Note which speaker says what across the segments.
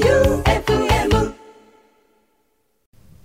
Speaker 1: J-O-E-U-F-M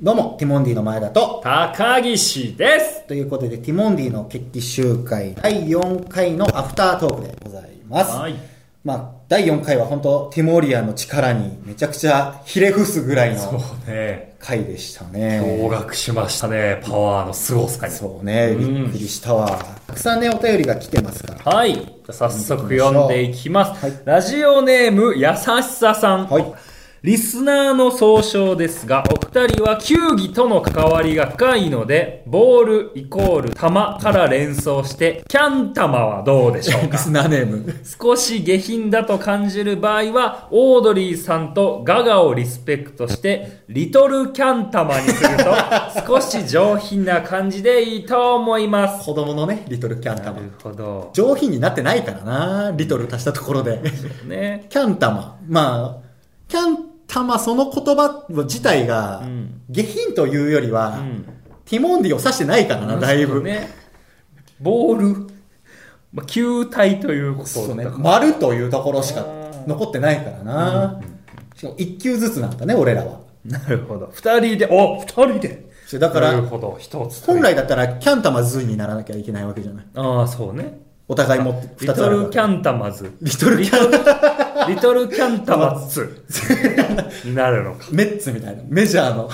Speaker 2: どうも、ティモンディの前田と、
Speaker 3: 高岸です
Speaker 2: ということで、ティモンディの決起集会第4回のアフタートークでございます。
Speaker 3: はい
Speaker 2: まあ、第4回は本当、ティモリアの力にめちゃくちゃひれ伏すぐらい
Speaker 3: そ
Speaker 2: の
Speaker 3: うね
Speaker 2: 回でしたね。
Speaker 3: 驚愕しましたねパワーの凄さに
Speaker 2: そうね、びっくりしたわ。たくさんね、お便りが来てますから。
Speaker 3: はいじゃあ早速読んでいきます、
Speaker 2: はい
Speaker 3: ラジオネームやさしささん、
Speaker 2: はい
Speaker 3: リスナーの総称ですが、お二人は球技との関わりが深いので、ボールイコール球から連想して、キャン玉はどうでしょうか
Speaker 2: スナーネーム。
Speaker 3: 少し下品だと感じる場合は、オードリーさんとガガをリスペクトして、リトルキャン玉にすると、 少し上品な感じでいいと思います。
Speaker 2: 子供のね、リトルキャン
Speaker 3: な
Speaker 2: 玉
Speaker 3: る。ほど。
Speaker 2: 上品になってないからな、リトル足したところで。
Speaker 3: ね。
Speaker 2: キャン玉。まあ、キャン玉その言葉自体が
Speaker 3: ん、
Speaker 2: 下品というよりは、
Speaker 3: ん
Speaker 2: ティモンディを指してないからな、だいぶ。
Speaker 3: ね。ボール、まあ、球体ということ
Speaker 2: そうね
Speaker 3: だ。から
Speaker 2: 丸というところしか残ってないからな。しかも1球ずつなんだね、俺らは。
Speaker 3: なるほど。二人で、お二人で
Speaker 2: そう だか
Speaker 3: なる
Speaker 2: ら、
Speaker 3: ほど、一つ。
Speaker 2: 本来だったらキャン玉ズーにならなきゃいけないわけじゃない。
Speaker 3: ああ、そうね。
Speaker 2: お互い持って
Speaker 3: リ
Speaker 2: 2つあ
Speaker 3: ト
Speaker 2: る
Speaker 3: ルキ
Speaker 2: から。
Speaker 3: ャンタマズ。
Speaker 2: リトルキャ ン
Speaker 3: リトルキャンタマ ズ になるのか。
Speaker 2: メッツみたいな。メジャーの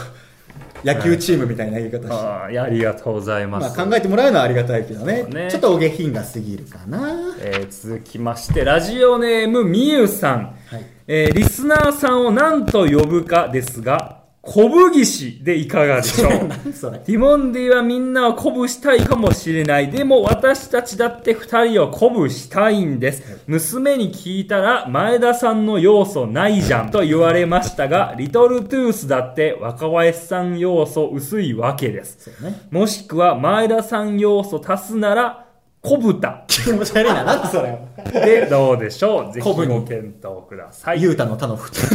Speaker 2: 野球チームみたいな言い方して。
Speaker 3: ああいやありがとうございま。
Speaker 2: ますあ考えてもらうのはありがたいけどね。
Speaker 3: そうね
Speaker 2: ちょっとお下品が過ぎるかな。
Speaker 3: えー続きまして、ラジオネームみゆさん、
Speaker 2: はい
Speaker 3: えーリスナーさんを何と呼ぶかですが、こぶぎしでいかがでしょう
Speaker 2: 何それ。
Speaker 3: ティモンディはみんなを鼓舞したいかもしれない。でも私たちだって二人を鼓舞したいんです。娘に聞いたら前田さんの要素ないじゃんと言われましたが、リトルトゥースだって若林さん要素薄いわけで
Speaker 2: そ
Speaker 3: す。
Speaker 2: うね。
Speaker 3: もしくは前田さん要素足すなら、小豚
Speaker 2: 気持ち悪いな。何それ。
Speaker 3: で、どうでしょうぜひ
Speaker 2: 古
Speaker 3: ご
Speaker 2: 文
Speaker 3: 検討ください。
Speaker 2: ゆうたの他の二人。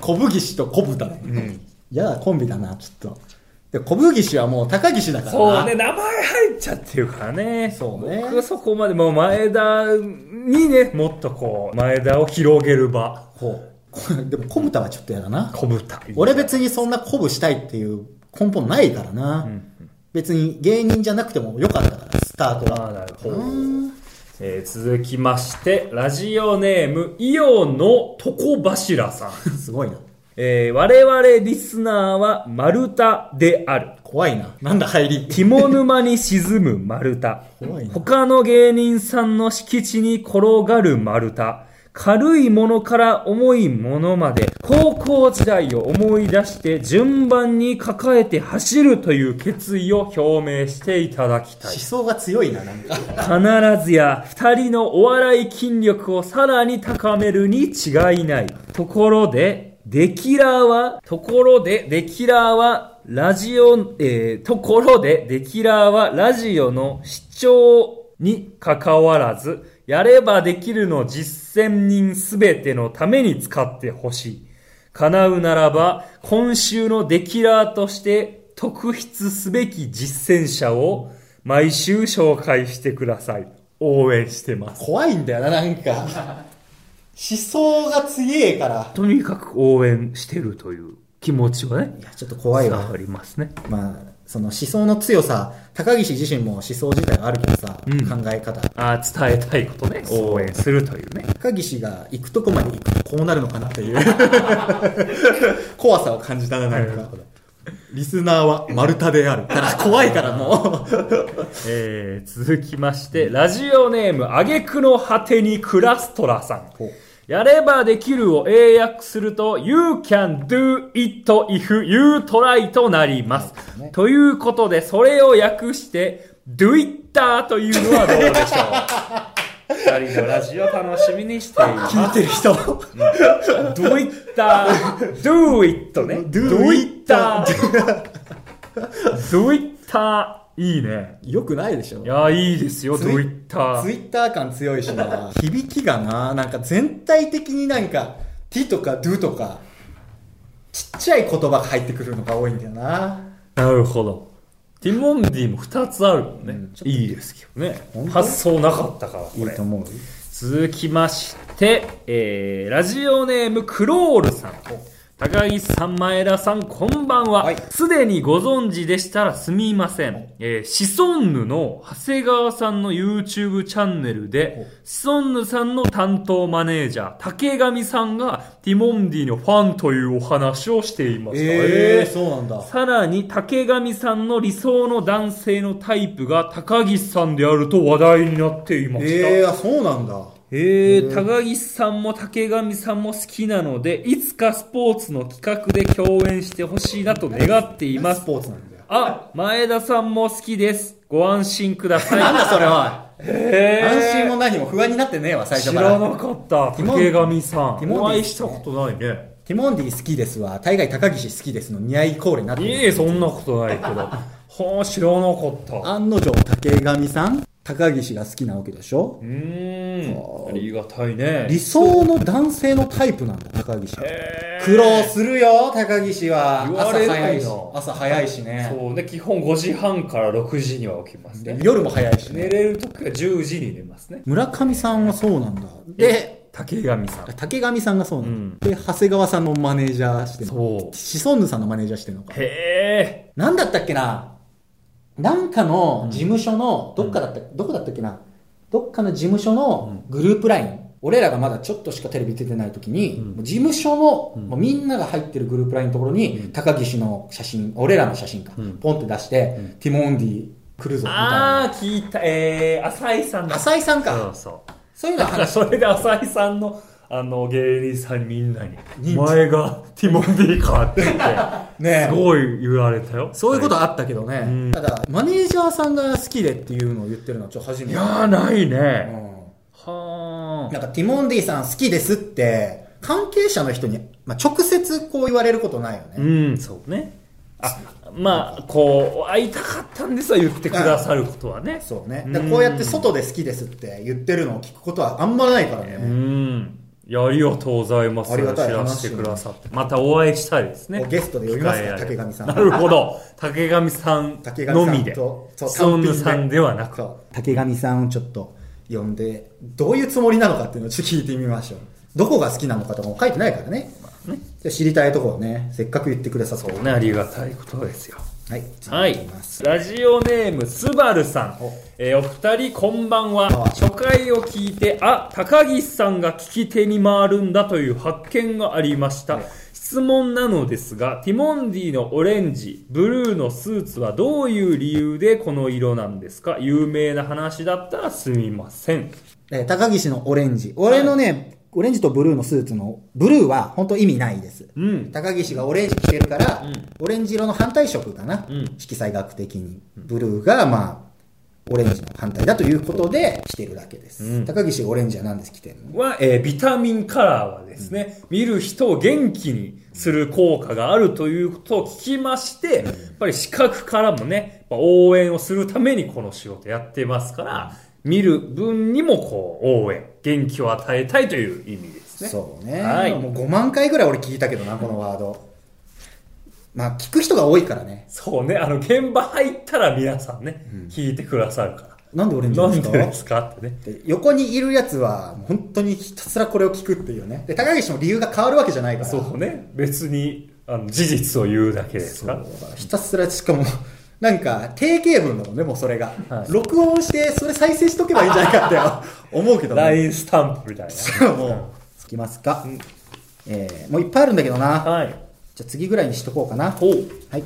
Speaker 2: 小ぶぎしと小豚だね。いやだ、コンビだな、ちょっと。で、小ぶぎしはもう高岸だからな。
Speaker 3: そうね、名前入っちゃってるからね。
Speaker 2: そうね
Speaker 3: 僕はそこまで、もう前田にね、もっとこう、前田を広げる場。
Speaker 2: ほう。でも小豚はちょっとやだな。
Speaker 3: 小豚。
Speaker 2: 俺別にそんな鼓舞したいっていう根本ないからな。別に芸人じゃなくてもよかったから、スタート
Speaker 3: ああ、
Speaker 2: が。
Speaker 3: なるほど。えー続きまして、ラジオネーム、イオの床柱さん。
Speaker 2: すごいな。
Speaker 3: えー我々リスナーは丸太である。
Speaker 2: 怖いな。なんだ入り。
Speaker 3: 肝沼に沈む丸太
Speaker 2: 怖い。な
Speaker 3: 他の芸人さんの敷地に転がる丸太。軽いものから重いものまで、高校時代を思い出して順番に抱えて走るという決意を表明していただきたい
Speaker 2: 思。想が強いな、なんか。
Speaker 3: 必ずや二人のお笑い筋力をさらに高めるに違いない。ところで、デキラーは、ところで、デキラーは、ラジオ、えー、ところで、デキラーは、ラジオの視聴に関わらず、やればできるの実践人すべてのために使ってほしい。叶うならば、今週のデキラーとして特筆すべき実践者を毎週紹介してください。応援してます。
Speaker 2: 怖いんだよな、なんか。思想が強えから。
Speaker 3: とにかく応援してるという気持ちはね
Speaker 2: い、や、ちょっと怖い
Speaker 3: 伝
Speaker 2: わ
Speaker 3: わ。りますね。
Speaker 2: まあ、その思想の強さ、高岸自身も思想自体はあるけどさ、
Speaker 3: ん
Speaker 2: 考え方。
Speaker 3: あー伝えたいことね、応援するというね。
Speaker 2: 高岸が行くとこまで行くとこうなるのかなっていう 怖さを感じたな、なん
Speaker 3: なる
Speaker 2: か
Speaker 3: ほど。
Speaker 2: リスナーは丸太である。から怖いからも
Speaker 3: えー、続きまして、ラジオネーム、あげくの果てにクラストラさん。
Speaker 2: う。
Speaker 3: やればできるを英訳すると、you can do it if you try となります。ということで、それを訳して、do it というのはどうでしょう二人のラジオ楽しみにしています。
Speaker 2: 聞いてる人、ど
Speaker 3: do it, do it ね。
Speaker 2: Do it
Speaker 3: do it, いいね。
Speaker 2: よくないでしょ
Speaker 3: い。や、いいですよ、
Speaker 2: ツイ
Speaker 3: do it.
Speaker 2: ツイッター感強いしな。響きがな、なんか全体的になんか、t とか do とか、ちっちゃい言葉が入ってくるのが多いんだよな。
Speaker 3: なるほど。ティモンディも2つあるもん
Speaker 2: う
Speaker 3: ね。
Speaker 2: ん
Speaker 3: いいですけどね
Speaker 2: 本。当
Speaker 3: 発想なかったから、こ
Speaker 2: いい
Speaker 3: れ
Speaker 2: と。思う。
Speaker 3: 続きまして、えー、ラジオネームクロールさん。高木さん、前田さん、こんばん
Speaker 2: は。
Speaker 3: はいす、で、にご存知でしたらすみません。えー、シソンヌの長谷川さんの YouTube チャンネルで、シソンヌさんの担当マネージャー、竹上さんがティモンディのファンというお話をしていました。
Speaker 2: ええー、そうなんだ。
Speaker 3: さらに竹上さんの理想の男性のタイプが高岸さんであると話題になっていました。
Speaker 2: ええー、あ、そうなんだ。
Speaker 3: えー、高岸さんも竹上さんも好きなので、いつかスポーツの企画で共演してほしいなと願っていま
Speaker 2: ス
Speaker 3: す。
Speaker 2: ポーツなんだよ。
Speaker 3: あ、前田さんも好きです。ご安心ください。
Speaker 2: なんだそれは。
Speaker 3: え
Speaker 2: 安
Speaker 3: ー、
Speaker 2: 心も何も不安になってねえわ、最初
Speaker 3: 知
Speaker 2: からら。
Speaker 3: なかった。
Speaker 2: ティモン
Speaker 3: 竹上さ
Speaker 2: ティ
Speaker 3: ん。
Speaker 2: モン
Speaker 3: お
Speaker 2: ディ
Speaker 3: 会いしたことないね。
Speaker 2: ティモンディ好きですわ。大概高岸好きですの似合いコールになってる
Speaker 3: いえ、そんなことないけど。はあ、知らなかった。
Speaker 2: 案の定、竹上さん、高岸が好きなわけでしょ
Speaker 3: うー
Speaker 2: あ
Speaker 3: ん。ありがたいね。
Speaker 2: 理想の男性のタイプなんだ、高岸。苦労するよ、高岸は。
Speaker 3: 言わ
Speaker 2: 朝
Speaker 3: れるよ
Speaker 2: 早いし。朝早いしね。
Speaker 3: そうね、基本5時半から6時には起きます
Speaker 2: で
Speaker 3: ね。
Speaker 2: 夜も早いし
Speaker 3: 寝
Speaker 2: ね。
Speaker 3: れる時は10時に寝ますね。
Speaker 2: 村上さんはそうなんだ。で、、
Speaker 3: 竹上さん。
Speaker 2: 竹上さんがそうなの、
Speaker 3: うん
Speaker 2: で長谷川さんのマネージャーしてんの
Speaker 3: そう。
Speaker 2: シソンヌさんのマネージャーしてんのか
Speaker 3: へえ。
Speaker 2: なんだったっけななんかの事務所のどっかだった、どこだったっけなどっかの事務所のグループライン、俺らがまだちょっとしかテレビ出てない時に、
Speaker 3: うん
Speaker 2: もう事務所の、
Speaker 3: うん
Speaker 2: もうみんなが入ってるグループラインのところに、
Speaker 3: うん
Speaker 2: 高岸の写真俺らの写真か、
Speaker 3: うん
Speaker 2: ポンって出して、
Speaker 3: うん
Speaker 2: ティモンディ来るぞみたい
Speaker 3: あ
Speaker 2: な
Speaker 3: あ、聞いた。えー、浅井さんだ。
Speaker 2: 浅井さんか、
Speaker 3: そうそう。
Speaker 2: そういうの
Speaker 3: だから
Speaker 2: 話
Speaker 3: それで浅井さんの、あの、芸人さんにみんなに、
Speaker 2: 認知
Speaker 3: お前がティモンディかって言って、
Speaker 2: ねえ
Speaker 3: すごい言われたよ。
Speaker 2: そういうことあったけどね、
Speaker 3: うん
Speaker 2: ただマネージャーさんが好きでっていうのを言ってるのはちょっと初めて
Speaker 3: いやー、ないね。
Speaker 2: う
Speaker 3: は
Speaker 2: ん、なんかティモンディさん好きですって関係者の人に、まあ、直接こう言われることないよね、
Speaker 3: うん、そうね。あ、まあ、こう、会いたかったんですは言ってくださることはね。
Speaker 2: そうねだからこうやって外で好きですって言ってるのを聞くことはあんまないからね、
Speaker 3: うん。いやありがとうございます。
Speaker 2: ありがたい
Speaker 3: 知ら
Speaker 2: 話
Speaker 3: せてくださって。またお会いしたいですね。
Speaker 2: ゲストで呼びますか
Speaker 3: 機会あれ
Speaker 2: 竹
Speaker 3: ば
Speaker 2: 上さん
Speaker 3: なるほど。竹上さん
Speaker 2: 竹上
Speaker 3: の
Speaker 2: さ
Speaker 3: み
Speaker 2: ん
Speaker 3: で。
Speaker 2: とそう
Speaker 3: ソンヌさんではなく。
Speaker 2: そう竹上さんをちょっと呼んでどういうつもりなのかっていうのをちょっと聞いてみましょうどこが好きなのかとかも書いてないからね,、で知りたいところをねせっかく言ってくださってる
Speaker 3: ね、ありがたいことですよ。
Speaker 2: はい
Speaker 3: はい
Speaker 2: 次行きます。
Speaker 3: ラジオネーム、すばるさん
Speaker 2: お。
Speaker 3: えーお二人、こんばんは。
Speaker 2: あ
Speaker 3: 初回を聞いて、あ、高岸さんが聞き手に回るんだという発見がありました。質問なのですが、ティモンディのオレンジ、ブルーのスーツはどういう理由でこの色なんですか有名な話だったらすみません。
Speaker 2: えー高岸のオレンジ。俺のね、オレンジとブルーのスーツの、ブルーは本当意味ないです。
Speaker 3: うん。
Speaker 2: 高岸がオレンジ着てるから、
Speaker 3: うん
Speaker 2: オレンジ色の反対色かな、
Speaker 3: うん
Speaker 2: 色彩学的に。ブルーが、まあ、オレンジの反対だということで、着てるだけです。
Speaker 3: うん
Speaker 2: 高岸、オレンジは何で着てんの
Speaker 3: は、えービタミンカラーはですね、見る人を元気にする効果があるということを聞きまして、やっぱり視覚からもね、やっぱ応援をするためにこの仕事やってますから、見る分にもこう、応援、元気を与えたいという意味ですね。
Speaker 2: そうね、
Speaker 3: はい
Speaker 2: もう5万回ぐらい俺聞いたけどな、このワード。まあ、聞く人が多いからね。
Speaker 3: そうね、あの、現場入ったら皆さんね、聞いてくださるから。
Speaker 2: なんでオレンジ
Speaker 3: な
Speaker 2: なん
Speaker 3: ん
Speaker 2: です
Speaker 3: で
Speaker 2: か
Speaker 3: ですかってね。
Speaker 2: で横にいるやつは、もう本当にひたすらこれを聞くっていうね。で、高岸も理由が変わるわけじゃないから。
Speaker 3: そうね、別に、あの、事実を言うだけですから。
Speaker 2: ひたすらしかも なんか定型文だもんねもうそれが、
Speaker 3: はい
Speaker 2: 録音してそれ再生しとけばいいんじゃないか って思うけどね
Speaker 3: LINE スタンプみたい
Speaker 2: じゃあもうつきますか、えーもういっぱいあるんだけどな
Speaker 3: な。はい。
Speaker 2: じゃあ次ぐらいにしとこうかな
Speaker 3: ほう。
Speaker 2: はい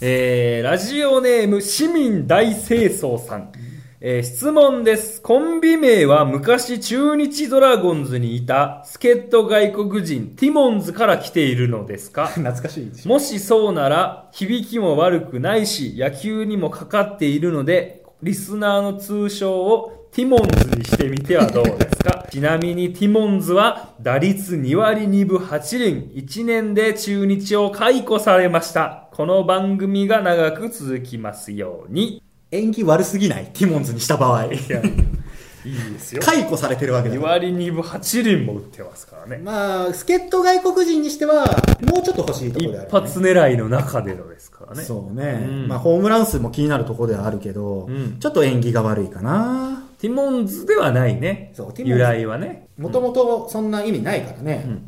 Speaker 3: えーラジオネーム市民大清掃さん。えー質問です。コンビ名は昔中日ドラゴンズにいた助っ人外国人ティモンズから来ているのですか
Speaker 2: 懐かしいでしょ
Speaker 3: もしそうなら響きも悪くないし野球にもかかっているのでリスナーの通称をティモンズにしてみてはどうですか ちなみにティモンズは打率2割2分8厘1年で中日を解雇されましたこの番組が長く続きますように
Speaker 2: 演技悪すぎないティモンズにした場合
Speaker 3: いやいいですよ
Speaker 2: 解雇されてるわけだ
Speaker 3: 2
Speaker 2: から
Speaker 3: 割2分8厘も打ってますからね
Speaker 2: まあ助っ人外国人にしてはもうちょっと欲しいところ
Speaker 3: 一
Speaker 2: である、ね、
Speaker 3: 発狙いの中でのですからね
Speaker 2: そうね、
Speaker 3: うん
Speaker 2: まあホームラン数も気になるところではあるけど、
Speaker 3: うん
Speaker 2: ちょっと縁起が悪いかな
Speaker 3: ティモンズではないね。
Speaker 2: そうティモンズ
Speaker 3: 由来はね。
Speaker 2: もともとそんな意味ないからね、
Speaker 3: ん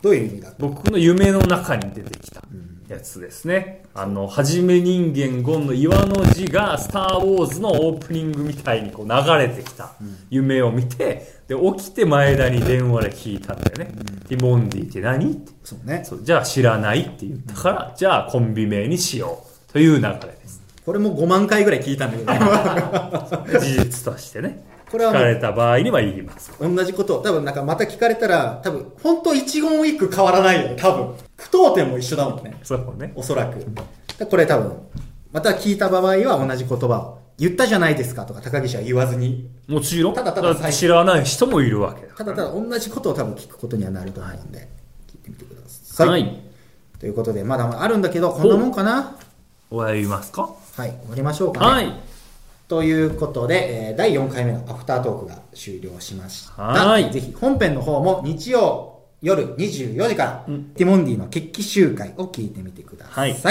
Speaker 2: どういう意味だっ
Speaker 3: 僕の夢の中に出てきたやつですね。あの、はじめ人間ゴンの岩の字が、スター・ウォーズのオープニングみたいにこう流れてきた夢を見て、で、起きて前田に電話で聞いたんだよね。ティモンディって何って。
Speaker 2: そうね
Speaker 3: そう、じゃあ知らないって言ったから、じゃあコンビ名にしようという流れ です。
Speaker 2: これも5万回ぐらい聞いたんだけど
Speaker 3: 事実としてね。
Speaker 2: これは
Speaker 3: 聞かれた場合には言います。
Speaker 2: 同じことを多分なんかまた聞かれたら多分本当一言一句変わらないよね多分句読点も一緒だもんね
Speaker 3: そうね。
Speaker 2: おそらくだからこれ多分また聞いた場合は同じ言葉を言ったじゃないですかとか高岸は言わずに
Speaker 3: もちろん、
Speaker 2: ただただ最
Speaker 3: って知らない人もいるわけだ
Speaker 2: た
Speaker 3: か
Speaker 2: だ
Speaker 3: ら。
Speaker 2: ただ同じことを多分聞くことにはなると思うんで、聞いてみてください、
Speaker 3: はい。
Speaker 2: ということでまだまだあるんだけどこんなもんかな
Speaker 3: 終わりますか
Speaker 2: はい終わりましょうか、ね
Speaker 3: はい。
Speaker 2: ということで、えー第4回目のアフタートークが終了しました。
Speaker 3: はい
Speaker 2: ぜひ本編の方も日曜夜24時から、ティモンディの決起集会を聞いてみてください。
Speaker 3: は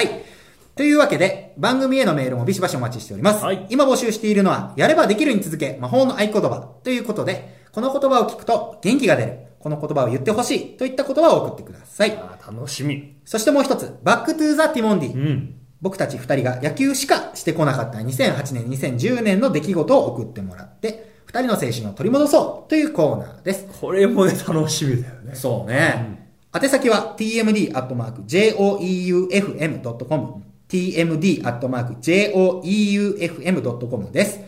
Speaker 2: というわけで、番組へのメールもビシバシお待ちしております。
Speaker 3: はい
Speaker 2: 今募集しているのは、やればできるに続け、魔法の合言葉ということで、この言葉を聞くと元気が出る、この言葉を言ってほしいといった言葉を送ってください。
Speaker 3: あー楽しみ。
Speaker 2: そしてもう一つ、バックトゥーザ・ティモンディ。
Speaker 3: うん。
Speaker 2: 僕たち二人が野球しかしてこなかった2008年、2010年の出来事を送ってもらって、二人の青春を取り戻そうというコーナーです。
Speaker 3: これもね、楽しみだよね。
Speaker 2: そうね。宛先は tmd.joeufm.com tmd.joeufm.com です。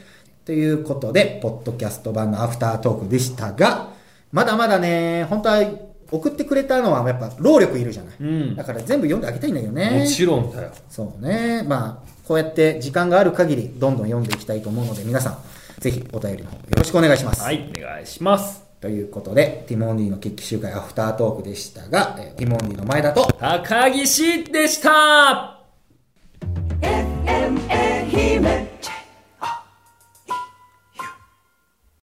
Speaker 2: ということで、ポッドキャスト版のアフタートークでしたが、まだまだね、本当は送ってくれたのはやっぱ労力いるじゃない。
Speaker 3: うん
Speaker 2: だから全部読んであげたいんだけどね。
Speaker 3: もちろんだよ。
Speaker 2: そうね。まあ、こうやって時間がある限り、どんどん読んでいきたいと思うので、皆さん、ぜひお便りの方よろしくお願いします。
Speaker 3: はい、お願いします。
Speaker 2: ということで、ティモンディの決起集会アフタートークでしたが、えーティモンディの前だと、
Speaker 3: 高岸でした